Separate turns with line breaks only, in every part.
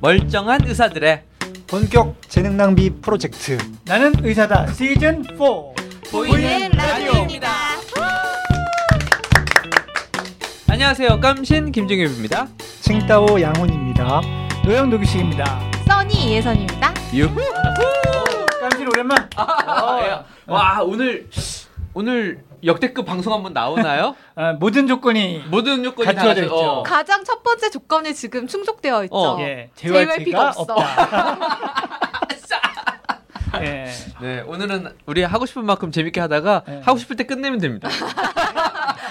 멀쩡한 의사들의
본격 재능 낭비 프로젝트
나는 의사다 시즌 4
보이는 라디오입니다. 안녕하세요. 깜신 김종엽입니다.
칭따오 양훈입니다.
노영 도기식입니다.
써니 예선입니다.
유후.
깜실 오랜만.
아. 와, 예. 와 오늘 오늘 역대급 방송 한번 나오나요?
아, 모든 조건이
모든 요건이 다
갖춰져
갖춰-
있죠.
어.
가장 첫 번째 조건이 지금 충족되어 있죠.
어.
예,
JYP가
JYP가
없어.
없다. 예.
네, 오늘은 우리 하고 싶은 만큼 재밌게 하다가
네. 어.
하고 싶을 때 끝내면 됩니다.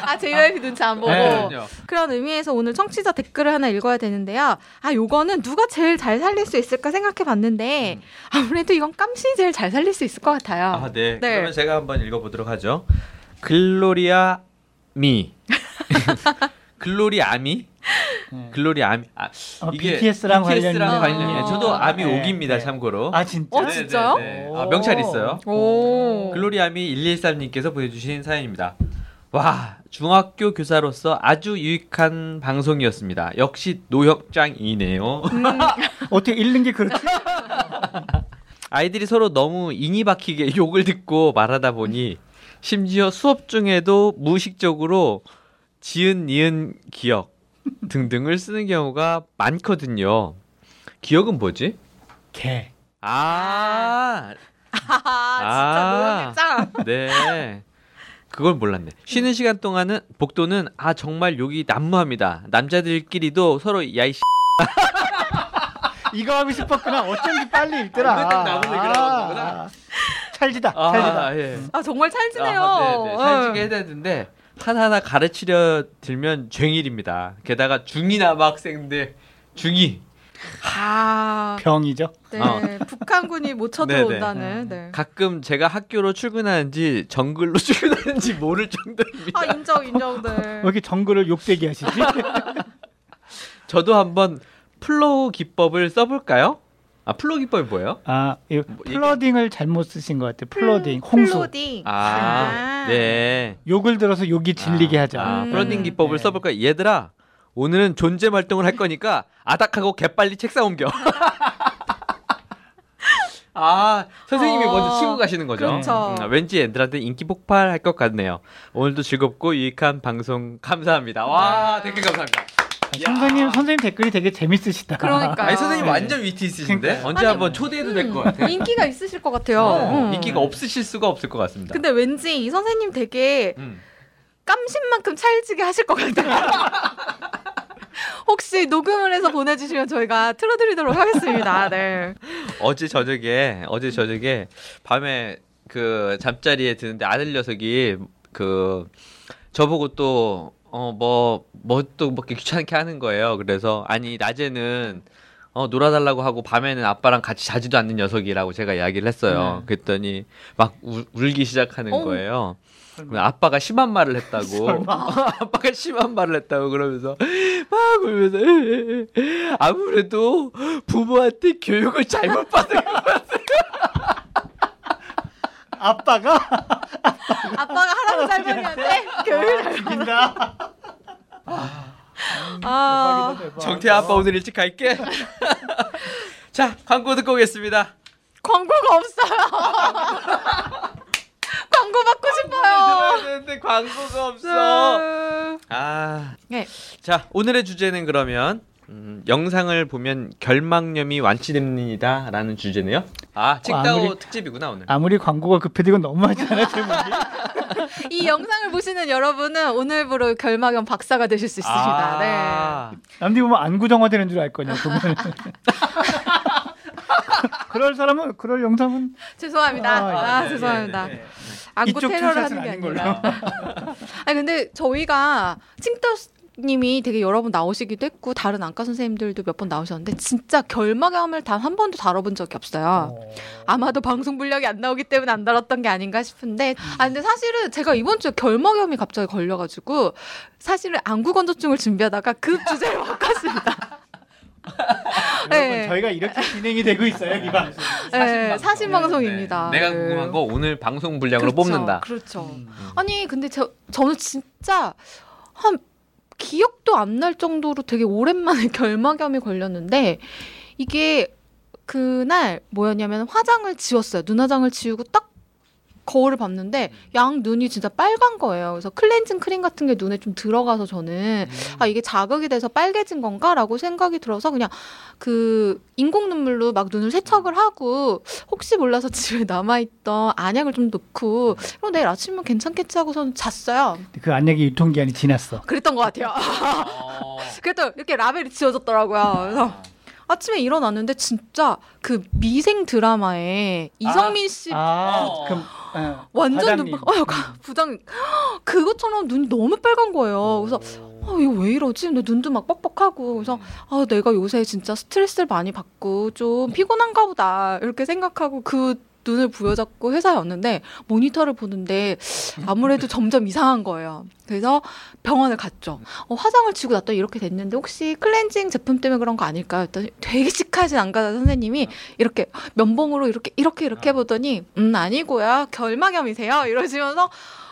아 JYP 눈치 안 보고.
네.
그럼요.
그런 의미에서 오늘 청취자 댓글을 하나 읽어야 되는데요. 아 요거는 누가 제일 잘 살릴 수 있을까 생각해 봤는데 아무래도 이건 깜신이 제일 잘 살릴 수 있을 것 같아요.
음. 아, 네.
네.
그러면 제가 한번 읽어보도록 하죠. 글로리아 미. 글로리아 미?
네.
글로리아 미. 아,
어, BTS랑
BTS 랑
관련이-
관련이-
아.
저도 아미
네,
5기입니다,
네.
참고로.
아 진짜?
어, 진짜? 진짜요?
네, 네. 아, 명찰 있어요.
오.
음. 글로리아미 113님께서 보내주신 사연입니다. 와 중학교 교사로서 아주 유익한 방송이었습니다. 역시 노역장이네요.
음.
어떻게 읽는 게 그렇게?
아이들이 서로 너무 인이 박히게 욕을 듣고 말하다 보니 심지어 수업 중에도 무의식적으로 지은 니은 기억 등등을 쓰는 경우가 많거든요. 기억은 뭐지?
개.
아,
아 진짜 노영이 짱.
네. 그걸 몰랐네. 쉬는 시간 동안은 복도는 아 정말 욕이 난무합니다. 남자들끼리도 서로 야이 씨
이거 하고 싶었구나. 어쩐지 빨리 읽더라.
은근 나보다 아, 이거 나온 거구나.
아, 찰지다. 찰지다.
아, 예.
아 정말 찰지네요. 어.
아, 네, 네. 살찌게
응.
해야 되는데 하나하나 가르치려 들면 죄일입니다. 게다가 중이 남학생들 중이
아.
병이죠.
네,
어.
북한군이 못
네,
쳐들어온다는. 네.
가끔 제가 학교로 출근하는지 정글로 출근하는지 모를 정도입니다.
아 인정 인정. 네.
왜 이렇게 정글을 욕되게 하시지?
저도 한번 플로우 기법을 써볼까요? 아 플로우 기법이 뭐예요?
아, 이
이게-
플러딩을 잘못 쓰신 것 같아요. 플러딩, 홍수.
플로딩.
아, 네.
욕을 들어서 욕이 질리게
아,
하자.
아,
음.
플러딩 기법을
네.
써볼까? 얘들아, 오늘은 존재 활동을 할 거니까 아닥하고 개빨리 책상 옮겨. 아, 선생님이
어,
먼저 치고 가시는 거죠.
그렇죠.
음, 왠지 애들한테 인기 폭발할 것 같네요. 오늘도 즐겁고 유익한 방송 감사합니다. 와, 댓글 감사합니다.
아, 선생님 선생님 댓글이 되게 재밌으시다.
그러니까요.
아니, 선생님 완전 위트 있으신데
그러니까요.
언제
아니,
한번 초대해도 될 것 같아요.
인기가 있으실 것 같아요. 음.
네, 인기가 없으실 수가 없을 것 같습니다.
근데 왠지 이 선생님 되게
음.
깜신만큼 찰지게 하실 것 같아요. 혹시 녹음을 해서 보내주시면 저희가 틀어드리도록 하겠습니다. 네.
어제 저녁에 어제 저녁에 밤에 그 잠자리에 드는데 아들 녀석이 그 저보고 또 어 뭐 뭐 또 뭐 귀찮게 하는 거예요. 그래서 아니 낮에는 어 놀아달라고 하고 밤에는 아빠랑 같이 자지도 않는 녀석이라고 제가 이야기를 했어요. 그랬더니 막 울, 울기 시작하는
어우.
거예요. 그럼 아빠가 심한 말을 했다고.
설마.
아빠가 심한 말을 했다고 그러면서 막 울면서 아무래도 부모한테 교육을 잘못 받은 것
아빠가
아빠가 할아버지 할머니한테 교육을 잘
죽인다.
아,
정태 아빠 오늘 일찍 갈게. 자 광고 듣고 오겠습니다.
광고가 없어요. 광고 받고 싶어요.
들어야 되는데 광고가 없어. 아,
네.
자 오늘의 주제는 그러면 음, 영상을 보면 결막염이 완치됩니다라는 주제네요. 아 책다오
아무리-
특집이구나 오늘.
아무리 광고가 급해도 이건 너무하지 않아 제목이.
이 영상을 보시는 여러분은 오늘부로 결막염 박사가 되실 수 있습니다. 네.
아,
남들 보면 안구정화되는 줄 알 거냐 보면. 그럴 사람은 그럴 영상은
죄송합니다.
아,
아,
예,
예,
죄송합니다.
예, 예.
안구
이쪽
테러를
툴샷은
하는 게
아닌 걸로.
아니라. 아니 근데 저희가 칭따 님이 되게 여러 번 나오시기도 했고 다른 안과 선생님들도 몇 번 나오셨는데 진짜 결막염을 단 한 번도 다뤄본 적이 없어요. 아마도 방송 분량이 안 나오기 때문에 안 다뤘던 게 아닌가 싶은데 아 근데 사실은 제가 이번 주에 결막염이 갑자기 걸려가지고 사실은 안구 건조증을 준비하다가 급 주제를 바꿨습니다.
여러분, 저희가 이렇게 진행이 되고 있어요 이 방송.
네, 사신 방송입니다.
네. 내가
네.
궁금한 거 오늘 방송 분량으로
음.
그렇죠,
뽑는다.
그렇죠. 아니 근데 저 저는 진짜 한 기억도 안 날 정도로 되게 오랜만에 결막염이 걸렸는데 이게 그날 뭐였냐면 화장을 지웠어요. 눈화장을 지우고 딱 거울을 봤는데
음.
양 눈이 진짜 빨간 거예요. 그래서 클렌징 크림 같은 게 눈에 좀 들어가서 저는
음.
아 이게 자극이 돼서 빨개진 건가라고 생각이 들어서 그냥 그 인공 눈물로 막 눈을 세척을 하고 혹시 몰라서 집에 남아 있던 안약을 좀 놓고 그럼 내일 아침이면 괜찮겠지 하고선 잤어요.
그 안약이 유통기한이 지났어.
그랬던 것 같아요. 그랬더니 이렇게 라벨이 지워졌더라고요. 그래서 아침에 일어났는데 진짜 그 미생 드라마에 이성민 씨
아,
어.
그럼 어,
완전 눈,
과장님.
어, 가- 부장 그것처럼 눈이 너무 빨간 거예요. 그래서
어.
아 이거 왜 이러지? 근데 눈도 막 뻑뻑하고 그래서 아 내가 요새 진짜 스트레스를 많이 받고 좀 피곤한가 보다 이렇게 생각하고 그 눈을 부여잡고 회사에 왔는데 모니터를 보는데 아무래도 점점 이상한 거예요. 그래서 병원을 갔죠. 어, 화장을 지고 났더니 이렇게 됐는데 혹시 클렌징 제품 때문에 그런 거 아닐까요? 했더니 되게 시크하진 않가다 선생님이 이렇게 면봉으로 이렇게 이렇게 이렇게 해보더니 음 아니고요 결막염이세요 이러시면서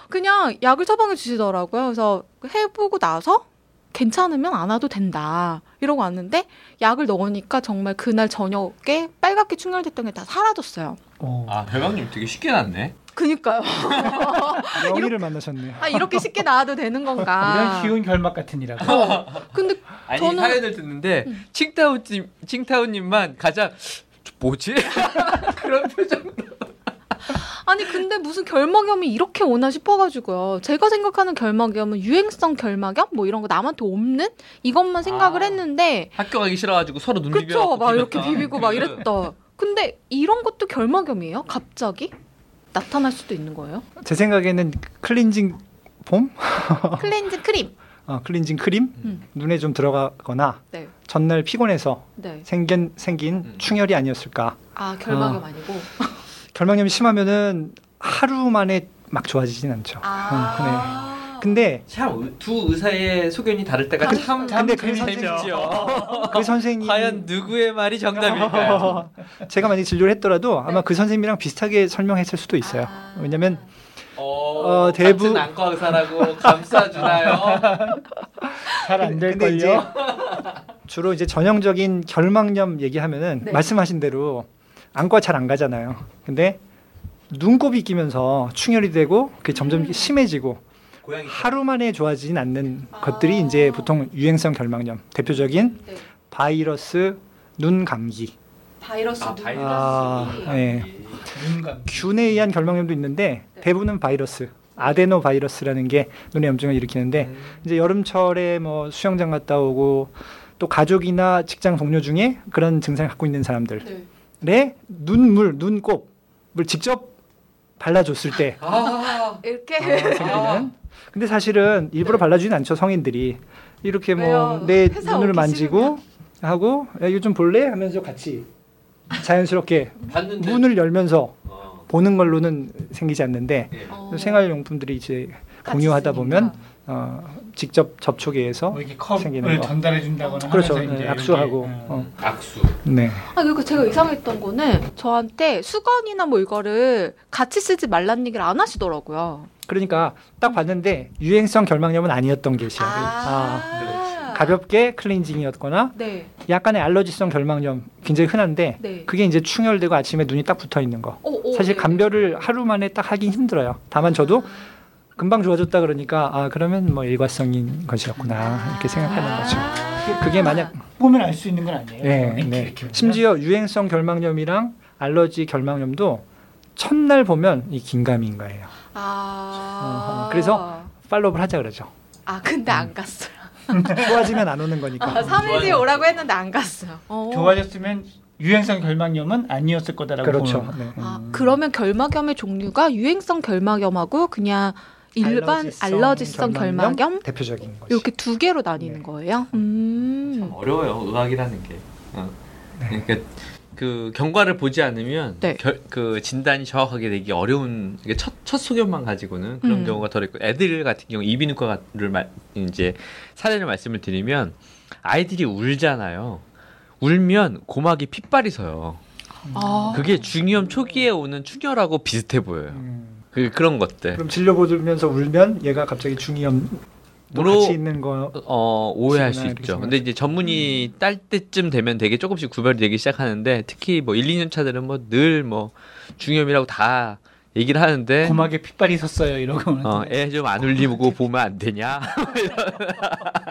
그냥 약을 처방해 주시더라고요. 그래서 해보고 나서 괜찮으면 안 와도 된다 이러고 왔는데 약을 넣으니까 정말 그날 저녁에 빨갛게 충혈됐던 게 다 사라졌어요.
어,
아 결막염 되게 쉽게 났네.
그니까요.
영희를 만나셨네요.
아 이렇게 쉽게 나와도 되는 건가?
이런 쉬운 결막 같은 이라고.
어. 근데
아니
저는- 음.
사연을 듣는데 칭타오님 칭타오님만 가장 저 뭐지 그런 표정.
아니 근데 무슨 결막염이 이렇게 오나 싶어가지고요. 제가 생각하는 결막염은 유행성 결막염 뭐 이런 거 남한테 없는 이것만 생각을
아.
했는데
학교 가기 싫어가지고 그- 음. 서로 눈
그쵸
비벼.
막 이렇게 비비고 막 이랬다. 근데 이런 것도 결막염이에요? 갑자기 나타날 수도 있는 거예요?
제 생각에는 클렌징 폼,
클렌즈 크림.
어, 클렌징 크림
음.
눈에 좀 들어가거나
네,
전날 피곤해서
네.
생긴 생긴
음.
충혈이 아니었을까.
아 결막염
아.
아니고.
결막염이 심하면은 하루 만에 막 좋아지진 않죠.
아.
어, 네. 근데
참두 의사의 소견이 다를 때가
그-
참
근데
참
그
재밌죠.
그 선생님
과연 누구의 말이 정답일까요?
제가 만약 에 진료를 했더라도 아마 그 선생님이랑 비슷하게 설명했을 수도 있어요.
아.
왜냐면
어,
어, 대부-
같은 안과 의사라고 감싸주나요?
잘 안
네, 근데
될걸요.
주로 이제 전형적인 결막염 얘기하면은
네.
말씀하신 대로 안과 잘 안 가잖아요. 근데 눈곱이 끼면서 충혈이 되고 그게 점점
음.
심해지고
고양이
하루 만에 좋아지진 않는
아.
것들이 이제 보통 유행성 결막염 대표적인
네.
바이러스 눈 감기
바이러스
아,
누-
바이러스.
아, 예.
음.
눈감.
균에 의한 결막염도 있는데
네.
대부분은 바이러스 아데노 바이러스라는 게 눈에 염증을
음.
네.
일으키는데
음.
이제 여름철에 뭐 수영장 갔다 오고 또 가족이나 직장 동료 중에 그런 증상을 갖고 있는 사람들의
네.
눈물, 눈곱을 직접 발라줬을 때
아,
이렇게.
생기는. 근데 사실은 일부러
네.
발라주진 않죠 성인들이 이렇게 뭐
왜요?
내
회사
눈을
오기
만지고 하고 야, 이거 좀 볼래 하면서 같이 자연스럽게
네.
봤는데
문을 열면서
어,
보는 걸로는 생기지 않는데
예.
어.
아. 생활용품들이 이제 공유하다 보면 어, 직접 접촉에 의해서
뭐 이렇게 컵을
어? 생기는 거.
전달해 준다거나
그렇죠.
하면서 이제
네, 악수하고.
이렇게, 예.
어.
악수.
네.
아, 그리고 제가 이상했던 거는 저한테 수건이나 뭐 이거를 같이 쓰지 말란 얘기를 안 하시더라고요.
그러니까 딱 봤는데 유행성 결막염은 아니었던 것이야. 아. 가볍게 클렌징이었거나
네,
약간의 알러지성 결막염 굉장히 흔한데
네.
그게 이제 충혈되고 아침에 눈이 딱 붙어 있는 거.
오, 오,
사실
네.
감별을 하루 만에 딱 하긴 힘들어요. 다만 저도 금방 좋아졌다 그러니까 아 그러면 뭐 일과성인 아, 것이었구나 이렇게 생각하는 거죠.
아.
그게 만약
보면 알 수 있는 건 아니에요.
네,
이렇게,
네.
이렇게 보면.
심지어 유행성 결막염이랑 알러지 결막염도 첫날 보면 이 긴가민인 거예요.
아.
어허. 그래서 팔로우를 하자 그러죠.
아, 근데 안 갔어요.
좋아지면 안 오는 거니까.
아, 3일 뒤에
좋아요.
오라고 했는데 안 갔어요. 어.
좋아졌으면 유행성 결막염은 아니었을 거다라고 음.
그렇죠.
보는 거.
네.
아, 그러면 결막염의 종류가 유행성 결막염하고 그냥 일반 알러지성,
알러지성
결막염,
대표적인 거죠.
이렇게 두 개로 나뉘는
네.
거예요. 음.
어려워요 의학이라는 게. 어. 그러니까 그 경과를 보지 않으면
네.
결, 그 진단이 정확하게 되기 어려운 이게 첫, 첫 소견만 가지고는 그런
음.
경우가 덜 있고 애들 같은 경우 이비인후과를 말, 이제 사례를 말씀을 드리면 아이들이 울잖아요. 울면 고막이 핏발이 서요.
음.
아.
그게 중이염 초기에 오는 충혈하고 비슷해 보여요.
음.
그 그런 것들.
그럼 진료 보면서 울면 얘가 갑자기 중이염
으로-
같이 있는 거
어, 오해할 수
혹시나 이렇게
있죠.
생각하죠.
근데 이제
음.
전문이 딸 때쯤 되면 되게 조금씩 구별이 되기 시작하는데 특히 뭐 1, 2년 차들은 뭐 늘 뭐 중염이라고 다 얘기를 하는데
고막에 핏발이 섰어요 이러고
아.
어, 애 좀 안 울리고 보면 안 되냐?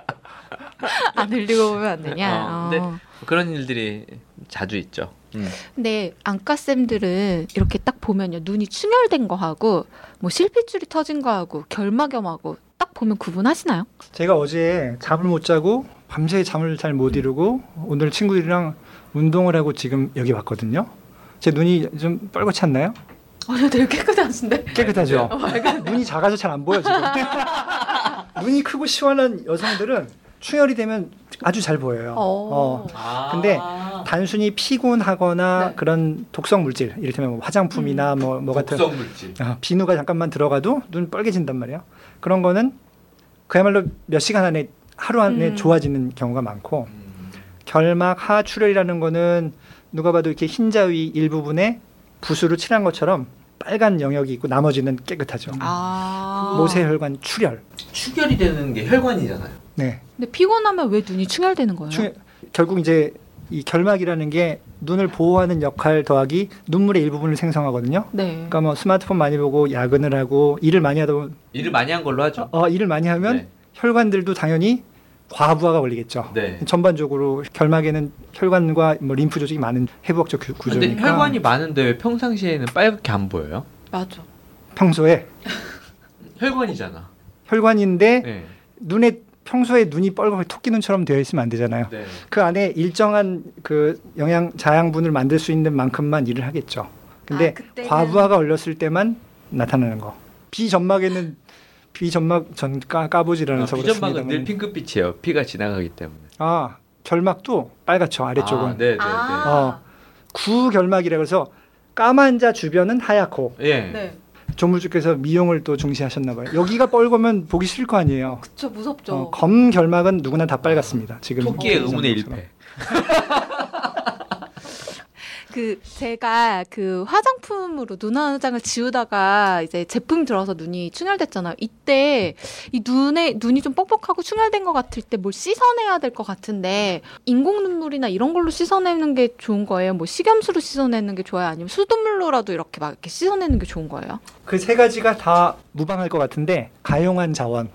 안 흘리고 보면 안 되냐.
어,
네.
어,
근데- 그런 일들이 자주 있죠. 음.
근데 안과쌤들은 이렇게 딱 보면요. 눈이 충혈된 거하고 뭐 실핏줄이 터진 거하고 결막염하고 딱 보면 구분하시나요?
제가 어제 잠을 못 자고 밤새 잠을 잘 못 이루고 오늘 친구들이랑 운동을 하고 지금 여기 왔거든요. 제 눈이 좀 뻘겋지 않나요?
아니요, 어, 되게 깨끗하신데.
깨끗하죠. 눈이 작아서 잘 안 보여 지금. 눈이 크고 시원한 여성들은 충혈이 되면 아주 잘 보여요.
어.
어.
아.
근데 뭐 단순히 피곤하거나
네. 음.
그런 독성 물질, 이를테면 뭐 화장품이나 뭐, 뭐 같은
물질.
아, 비누가 잠깐만 들어가도 눈 빨개진단 말이에요. 그런 거는 그야말로 몇 시간 안에 하루 안에
음.
좋아지는 경우가 많고
음.
결막 하출혈이라는 거는 누가 봐도 이렇게 흰자위 일부분에 부수로 칠한 것처럼 빨간 영역이 있고 나머지는 깨끗하죠.
아.
모세혈관 출혈.
출혈이 되는 게 혈관이잖아요.
네.
근데 피곤하면 왜 눈이 충혈되는 거예요?
충혈- 결국 이제 이 결막이라는 게 눈을 보호하는 역할 더하기 눈물의 일부분을 생성하거든요.
네.
그러니까 뭐 스마트폰 많이 보고 야근을 하고 일을 많이 하다 보면
일을 많이 한 걸로 하죠.
어, 일을 많이 하면
네.
혈관들도 당연히 과부하가 걸리겠죠.
네.
전반적으로 결막에는 혈관과 뭐 림프 조직이 많은 회복적 구-
근데
구조니까
혈관이 많은데 왜 평상시에는 빨갛게 안 보여요?
맞아.
평소에
네. 혈관이잖아.
혈관인데
네.
눈에 평소에 눈이 뻘겋게 토끼 눈처럼 되어 있으면 안 되잖아요.
네.
그 안에 일정한 그 영양 자양분을 만들 수 있는 만큼만 일을 하겠죠. 근데
아, 그때는-
과부하가 걸렸을 때만 나타나는 거. 비점막에는 비점막 전 까, 까부지라는
아,
서
비점막은늘 핑크빛이에요. 피가 지나가기 때문에.
아 결막도 빨갛죠 아래쪽은.
아, 네, 네, 네.
어.
아.
구결막이라 그래서 까만 자 주변은 하얗고
예.
네.
조물주께서 미용을 또 중시하셨나 봐요. 여기가 뻘거면 보기 싫을 거 아니에요.
그쵸, 무섭죠.
어, 검 결막은 누구나 다 빨갛습니다. 지금
토끼의
이
의문의
정도처럼.
일패.
그 제가 그 화장품으로 눈 화장을 지우다가 이제 제품 들어서 눈이 충혈됐잖아요. 이때 이 눈에 눈이 좀 뻑뻑하고 충혈된 것 같을 때 뭘 씻어내야 될 것 같은데 인공 눈물이나 이런 걸로 씻어내는 게 좋은 거예요. 뭐 식염수로 씻어내는 게 좋아요. 아니면 수돗물로라도 이렇게 막 이렇게 씻어내는 게 좋은 거예요.
그 세 가지가 다 무방할 것 같은데 가용한 자원.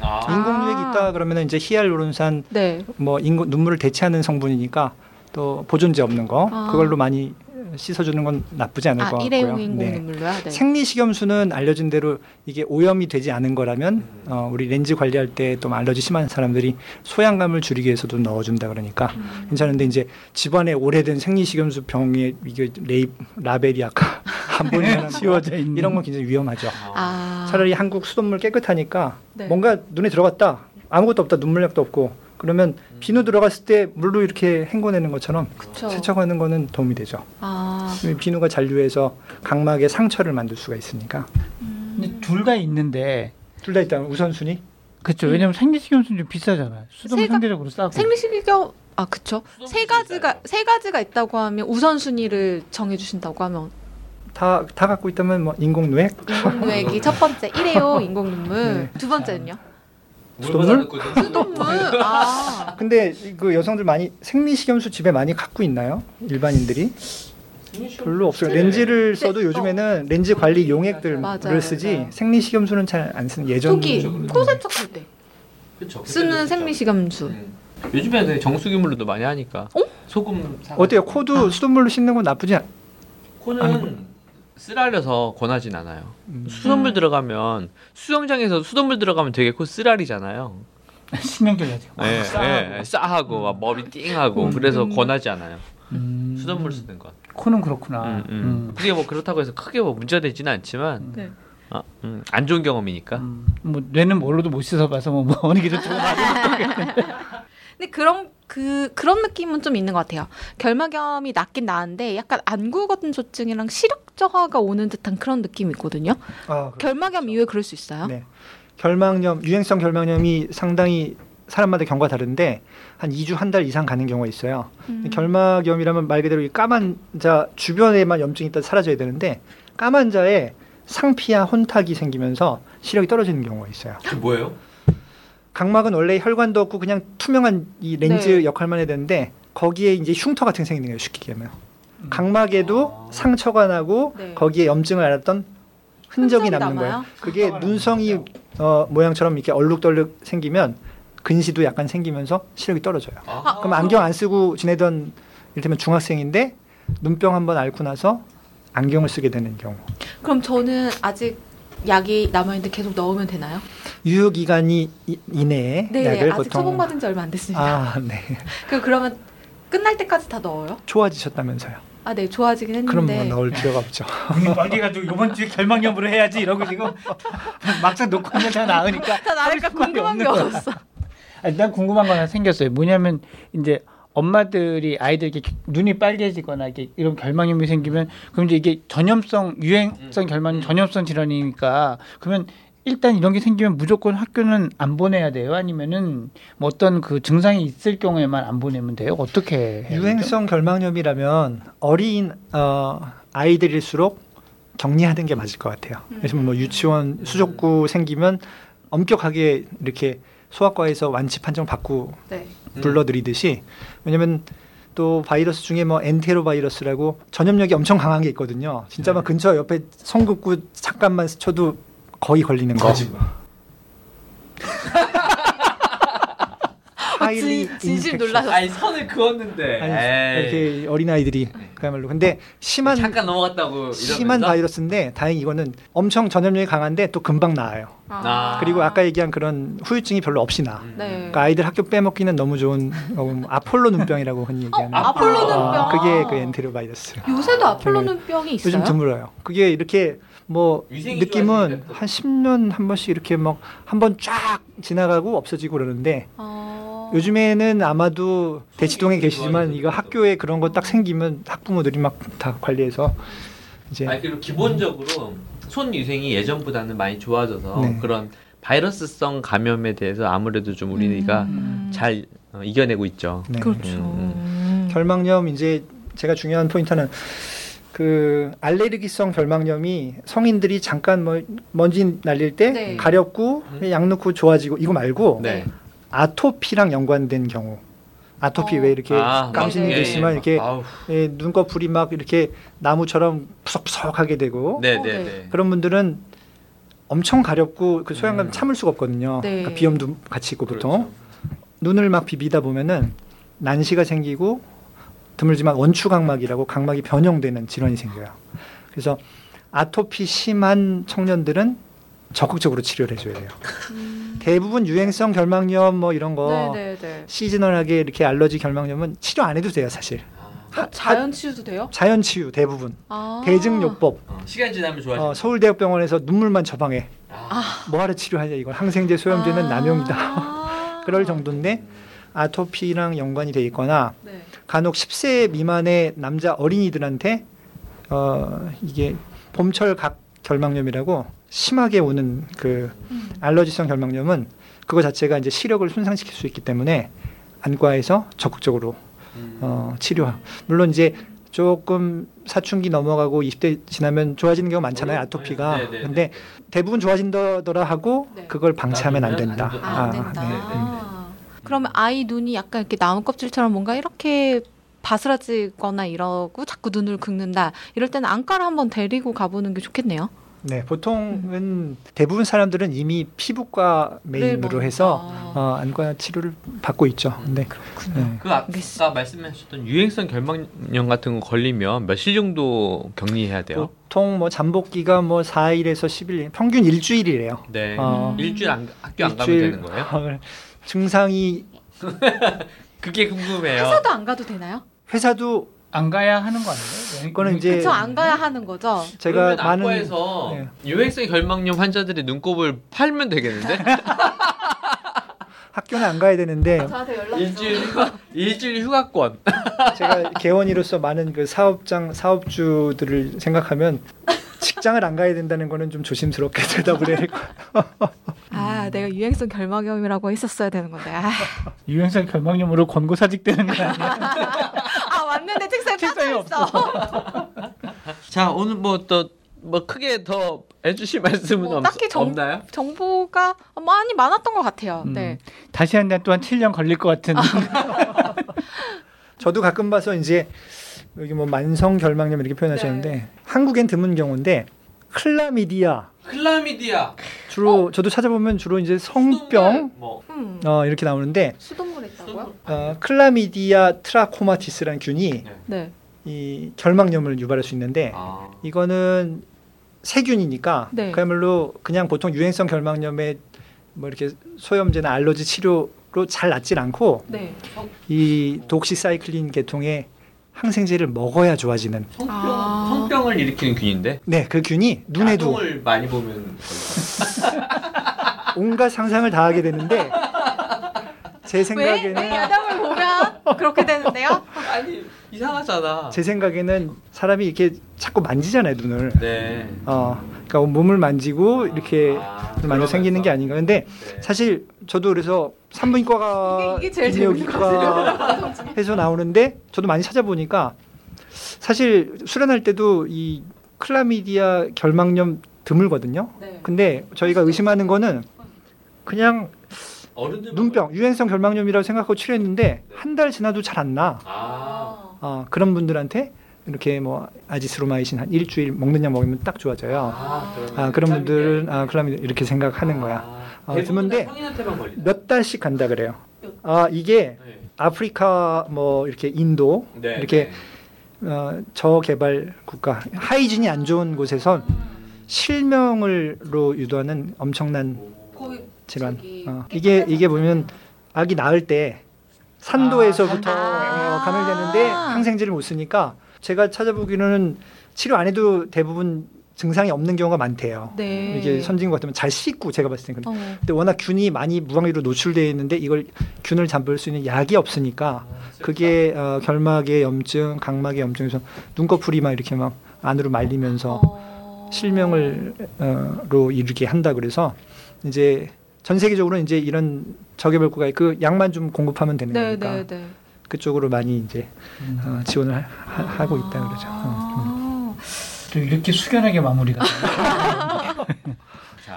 아.
인공유액이 있다 그러면 이제 히알루론산
네.
뭐 인공 눈물을 대체하는 성분이니까 또 보존제 없는 거
아.
그걸로 많이 씻어주는 건 나쁘지 않을
아
것 같고요.
일회용 인공
네.
눈물로요. 네.
생리식염수는 알려진 대로 이게 오염이 되지 않은 거라면
음.
어, 우리 렌즈 관리할 때 또 알러지 심한 사람들이 소양감을 줄이기 위해서도 넣어준다 그러니까
음.
괜찮은데 이제 집안에 오래된 생리식염수 병에 이게 레이 라벨이 아까 안 보이는
지워져 있는
이런 건 굉장히 위험하죠.
네. 아
차라리 한국 수돗물 깨끗하니까
네.
뭔가 눈에 들어갔다 아무것도 없다 눈물약도 없고 그러면 비누 들어갔을 때 물로 이렇게 헹궈내는 것처럼
그쵸.
세척하는 거는 도움이 되죠.
아
비누가 잔류해서 각막에 상처를 만들 수가 있으니까. 네.
둘 다 있는데
둘 다 일단 우선순위.
그렇죠. 왜냐면 생리식염수는 좀 비싸잖아요. 수동
세가-
상대적으로
어.
싸고.
음. 생리식이경 아 그쵸 세 가지가 세 가지가 있다고 하면 우선 순위를 정해 주신다고 하면
다 다 갖고 있다면 뭐 인공누액,
인공누액이 첫 번째 일회용 인공눈물
네. 아.
두 번째는요
수돗물.
수돗물 아
근데 그 여성들 많이 생리식염수 집에 많이 갖고 있나요? 일반인들이 별로 없어요. 렌즈를 써도 요즘에는 렌즈 관리 용액들을
네. 맞아요,
쓰지
맞아요.
생리식염수는 잘 안 쓰는 예전.
초기 코 세척할 때
그쵸, 그때도
쓰는
그쵸.
생리식염수
음. 요즘에는 정수기물로도 많이 하니까.
어?
소금. 사서.
어때요?
아.
코도 수돗물로 씻는 건 나쁘지 않.
코는 쓰라려서 권하진 않아요.
음.
수돗물 들어가면 수영장에서 수돗물 들어가면 되게 코 쓰라리잖아요.
신경질 나죠.
아, 네.
예, 예, 싸하고 막 머리 띵하고 그래서
음.
권하지 않아요.
음.
수돗물 쓰는 건.
코는 그렇구나.
아,
음, 음. 그게 뭐 그렇다고 해서 크게 뭐 문제가 되지는 않지만
네.
아, 음, 안 좋은 경험이니까.
음. 뭐 뇌는 뭘로도 못 씻어봐서 뭐, 뭐 어느 게 좋다고 말해.
근데 그런 그 그런 느낌은 좀 있는 것 같아요 결막염이 낫긴 나은데 약간 안구건조증이랑 시력 저하가 오는 듯한 그런 느낌이 있거든요
아, 그-
결막염 이후에 그럴 수 있어요
네. 결막염, 유행성 결막염이 상당히 사람마다 경우가 다른데 한 2주 한 달 이상 가는 경우가 있어요.
음.
결막염이라면 말 그대로 이 까만 자 주변에만 염증이 있다 사라져야 되는데 까만
그
자에 상피와 혼탁이 생기면서 시력이 떨어지는 경우가 있어요.
그게 뭐예요?
각막은 원래 혈관도 없고 그냥 투명한 이 렌즈
네.
역할만 해야 되는데 거기에 이제 흉터 같은 게 생기는 거예요 쉽게 얘기하면 각막에도 상처가 나고
네.
거기에 염증을 앓았던 흔적이
흔적이
남는 거예요
남아요?
그게 문성이 어, 모양처럼 이렇게 얼룩덜룩 생기면 근시도 약간 생기면서 시력이 떨어져요
아,
그럼 안경 안 쓰고 지내던 이를테면 중학생인데 눈병 한번 앓고 나서 안경을 쓰게 되는 경우
그럼 저는 아직 약이 남아 있는데 계속 넣으면 되나요?
유효기간이 이- 이내에
네,
약을
아직
보통
처방받은 지 얼마 안 됐습니다.
아, 네.
그 그러면 끝날 때까지 다 넣어요?
좋아지셨다면서요.
아, 네, 좋아지긴
그럼
했는데.
뭐 넣을 필요가 없죠.
눈이 빨개가지고 이번 주에 결막 염부를 해야지 이러고 지금 막상 놓고 있는 다 나으니까
다 나니까 궁금한 게 없어.
아니, 난 궁금한 거 하나 생겼어요. 뭐냐면 이제 엄마들이 아이들 이렇게 눈이 빨개지거나 이렇게 이런 결막염이 생기면 그럼 이제 이게 전염성
음.
유행성 결막염 전염성 질환이니까 그러면 일단 이런 게 생기면 무조건 학교는 안 보내야 돼요. 아니면은 뭐 어떤 그 증상이 있을 경우에만 안 보내면 돼요. 어떻게
네,
해야 되죠?
유행성 결막염이라면 어린 어, 아이들일수록 격리하는 게 맞을 것 같아요.
음.
그래서 뭐 유치원 수족구 생기면 엄격하게 이렇게 소아과에서 완치 판정 받고
네.
불러들이듯이 왜냐면 또 바이러스 중에 뭐 엔테로 바이러스라고 전염력이 엄청 강한 게 있거든요. 진짜
네.
막 근처 옆에 성급구 잠깐만 스쳐도 거의 걸리는 거.
아,
하일리
진- 진심
인펙션.
놀라서.
아니 선을 그었는데
아니,
네. 에이.
이렇게 어린 아이들이 그야말로 근데 심한
잠깐 넘어갔다고
심한
이러면서?
바이러스인데 다행히 이거는 엄청 전염력이 강한데 또 금방 나아요.
아.
그리고 아까 얘기한 그런 후유증이 별로 없이 나.
음.
네.
그러니까 아이들 학교 빼먹기는 너무 좋은 어, 뭐 아폴로 눈병이라고 흔히 얘기하는.
아폴로
어,
눈병.
그게 그 엔테로 바이러스.
요새도
그게
아폴로는 병이 있어요?
요즘 드물어요. 그게 이렇게 뭐
위생이
느낌은
좋아지는데 또.
한 10년 한 번씩 이렇게 막 한 번 쫙 지나가고 없어지고 그러는데
어...
요즘에는 아마도 대치동에 계시지만
좋아지는
이거
것도.
학교에 그런 거 딱 생기면 학부모들이 막 다 관리해서 이제
아니 그리고 기본적으로 손 위생이 예전보다는 많이 좋아져서
네.
그런 바이러스성 감염에 대해서 아무래도 좀 우리가
음.
잘 음, 어, 이겨내고 있죠.
네.
그렇죠.
결막염 이제 제가 중요한 포인트는 그 알레르기성 결막염이 성인들이 잠깐 뭐 먼지 날릴 때
네.
가렵고
음.
약 넣고 좋아지고 이거 말고
네.
아토피랑 연관된 경우 아토피
어.
왜 이렇게
아,
깜신이
네.
되지만 이렇게
아우,
예, 눈꺼풀이 막 이렇게 나무처럼 푸석푸석하게 되고
네,
어,
네,
네.
네.
그런 분들은 엄청 가렵고 그 소양감
음.
참을 수가 없거든요.
네.
그러니까 비염도 같이 있고 보통
그렇죠.
눈을 막 비비다 보면은 난시가 생기고 드물지만 원추각막이라고 각막이 변형되는 질환이 생겨요. 그래서 아토피 심한 청년들은 적극적으로 치료를 해줘야 돼요. 대부분 유행성 결막염 뭐 이런 거
음. 네, 네,
시즈널하게 이렇게 알러지 결막염은 치료 안 해도 돼요 사실.
아,
네. 자연 치유도 돼요?
자연 치유 대부분
아.
대증요법
어, 시간 지나면 좋아지.
어, 서울대학병원에서 눈물만 처방해
아,
뭐하러 치료하냐 이건 항생제 소염제는
아.
남용이다 그럴 정도인데 아토피랑 연관이 돼 있거나
네.
간혹 10세 미만의 남자 어린이들한테 어 이게 봄철 각 결막염이라고 심하게 오는 그
음.
알러지성 결막염은 그거 자체가 이제 시력을 손상시킬 수 있기 때문에 안과에서 적극적으로
음.
어 치료. 물론 이제 조금 사춘기 넘어가고 20대 지나면 좋아지는 경우 많잖아요. 아토피가.
네, 네, 네.
근데 대부분 좋아진다더라 하고
네.
그걸 방치하면 안 된다.
놔두면
아, 안 된다.
네.
그러면 아이 눈이 약간 이렇게 나무 껍질처럼 뭔가 이렇게 바스라지거나 이러고 자꾸 눈을 긁는다. 이럴 때는 안과를 한번 데리고 가보는 게 좋겠네요.
네,
음.
보통은 대부분 사람들은 이미 피부과 메인으로
네,
해서
맞다.
어, 안과 치료를 받고 있죠. 근데 네.
뭐, 아. 음, 그 아까 말씀하셨던 유행성 결막염 같은 거 걸리면 며칠 정도 격리해야 돼요?
보통 뭐 잠복기가 뭐 4일에서 10일, 평균 일주일이래요.
네.
어,
음.
일주일 안, 학교 안 가면
일주일- 아,
되는 거예요?
증상이
그게 궁금해요.
회사도 안 가도 되나요?
회사도
안 가야 하는 거 아니에요?
그거는 이제
그쵸, 안 가야 하는 거죠.
그러면
제가 많은
안과에서
네.
유행성 결막염 환자들의 눈곱을 팔면 되겠는데
학교는 안 가야 되는데
저한테 연락
일주일 휴가 일주일 휴가권
제가 개원이로서 많은 그 사업장 사업주들을 생각하면 직장을 안 가야 된다는 거는 좀 조심스럽게 대답을 해야 될 것 같아요.
아, 내가 유행성 결막염이라고 했었어야 되는 건데. 아,
유행성 결막염으로 권고 사직되는 거 아니에요?
아 왔는데 책상에 빠져 있어.
자 오늘 뭐 또 뭐 크게 더 해주실 말씀은
뭐
없,
딱히 정-
없나요?
정보가 많이 많았던 것 같아요.
음.
네.
다시 한또한 7년 걸릴 것 같은
저도 가끔 봐서 이제 여기 뭐 만성 결막염 이렇게 표현하셨는데 한국엔 드문 경우인데 클라미디아
클라미디아
주로 저도 찾아보면 주로 이제 성병
뭐
음.
어, 이렇게 나오는데
수돗물 했다고요?
어, 클라미디아 트라코마티스라는 균이
네.
이 결막염을 유발할 수 있는데
아.
이거는 세균이니까
네.
그야말로 그냥 보통 유행성 결막염의 뭐 이렇게 소염제나 알러지 치료로 잘 낫질 않고
네.
이 독시사이클린 계통의 항생제를 먹어야 좋아지는
성병
아.
성병을 일으키는 균인데
네 그 균이 눈에도
야동을 많이 보면
온갖 상상을 다 하게 되는데 제
왜?
생각에는
왜 야당을 보면 그렇게 되는데요?
아니 이상하잖아.
제 생각에는 사람이 이렇게 자꾸 만지잖아요 눈을
네.
어 그러니까 몸을 만지고 이렇게
아,
많이 생기는 게 아닌가 근데
네.
사실 저도 그래서 산부인과가
이게- 이게 제일 재밌는
비뇨기과 해서 나오는데 저도 많이 찾아보니까 사실 수련할 때도 이 클라미디아 결막염 드물거든요.
네.
근데 저희가 의심하는 거는 그냥
어른들
눈병 유행성 결막염이라고 생각하고 치료했는데 한 달 지나도 잘 안 나.
아.
아, 그런 분들한테 이렇게 뭐 아지스로마이신 한 일주일 먹는 약 먹으면 딱 좋아져요.
아,
아, 그런 분들은 아, 클라미디아 이렇게 생각하는 거야. 아, 드문데
성인한테만 걸리네.
몇 달씩 간다 그래요. 아, 이게 아프리카 뭐 이렇게 인도
네.
이렇게
네.
어, 저개발 국가 하이진이 안 좋은 곳에선 실명을로 유도하는 엄청난
음.
거의
질환.
저기
어, 이게 이게 보면 아기 낳을 때 산도에서부터
아, 산도.
어, 감염되는데
아.
항생제를 못 쓰니까 제가 찾아보기로는 치료 안 해도 대부분 증상이 없는 경우가 많대요.
네.
이게 선진국 같으면 잘 씻고 제가 봤을 때 근데
어.
근데 워낙 균이 많이 무방위로 노출되어 있는데 이걸 균을 잠볼 수 있는 약이 없으니까
아,
그게 어, 결막의 염증, 각막의 염증에서 눈꺼풀이 막 이렇게 막 안으로 말리면서
어.
실명을 어, 로 이르게 한다 그래서 이제 전 세계적으로 이제 이런 저개발 국가에 그 약만 좀 공급하면 되는
네,
거니까
네, 네.
그쪽으로 많이 이제 어, 지원을 하, 고 있다 그러죠. 어, 음.
아.
또 이렇게 숙연하게 마무리가
자,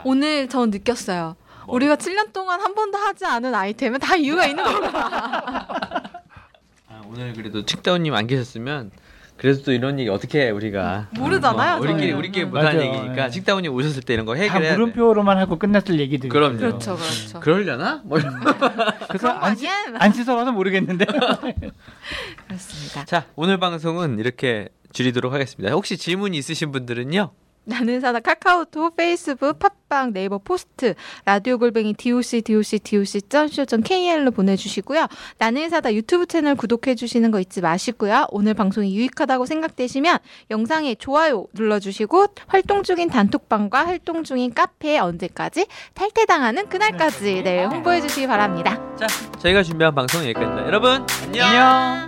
오늘 저 느꼈어요.
뭐.
우리가 7년 동안 한 번도 하지 않은 아이템은 다 이유가 있는 거구나.
아, 오늘 그래도 칙다운님 안 계셨으면 그래서 또 이런 얘기 어떻게 우리가
음, 모르잖아요,
어, 우리끼리
저희는.
우리끼리
음.
못하는
맞아요.
얘기니까
네.
예.
칙다운님 오셨을 때 이런 거
다
해결해야 돼.
물음표로만 하고 끝났을 얘기들.
그럼요.
그렇죠, 그렇죠.
그러려나? 뭐 이런-
그래서 안, 씻-
아니야.
안 씻어봐서 모르겠는데.
음.
그렇습니다.
자, 오늘 방송은 이렇게 줄이도록 하겠습니다. 혹시 질문 있으신 분들은요?
나는 사나 카카오톡, 페이스북, 팟빵, 네이버 포스트, 라디오 골뱅이 doc doc doc c o kr로 보내주시고요. 나는 사다 유튜브 채널 구독해 주시는 거 잊지 마시고요. 오늘 방송이 유익하다고 생각되시면 영상에 좋아요 눌러주시고 활동 중인 단톡방과 활동 중인 카페에 언제까지 탈퇴당하는 그날까지 네, 홍보해 주시기 바랍니다.
자, 저희가 준비한 방송은 여기까지입니다. 여러분, 안녕.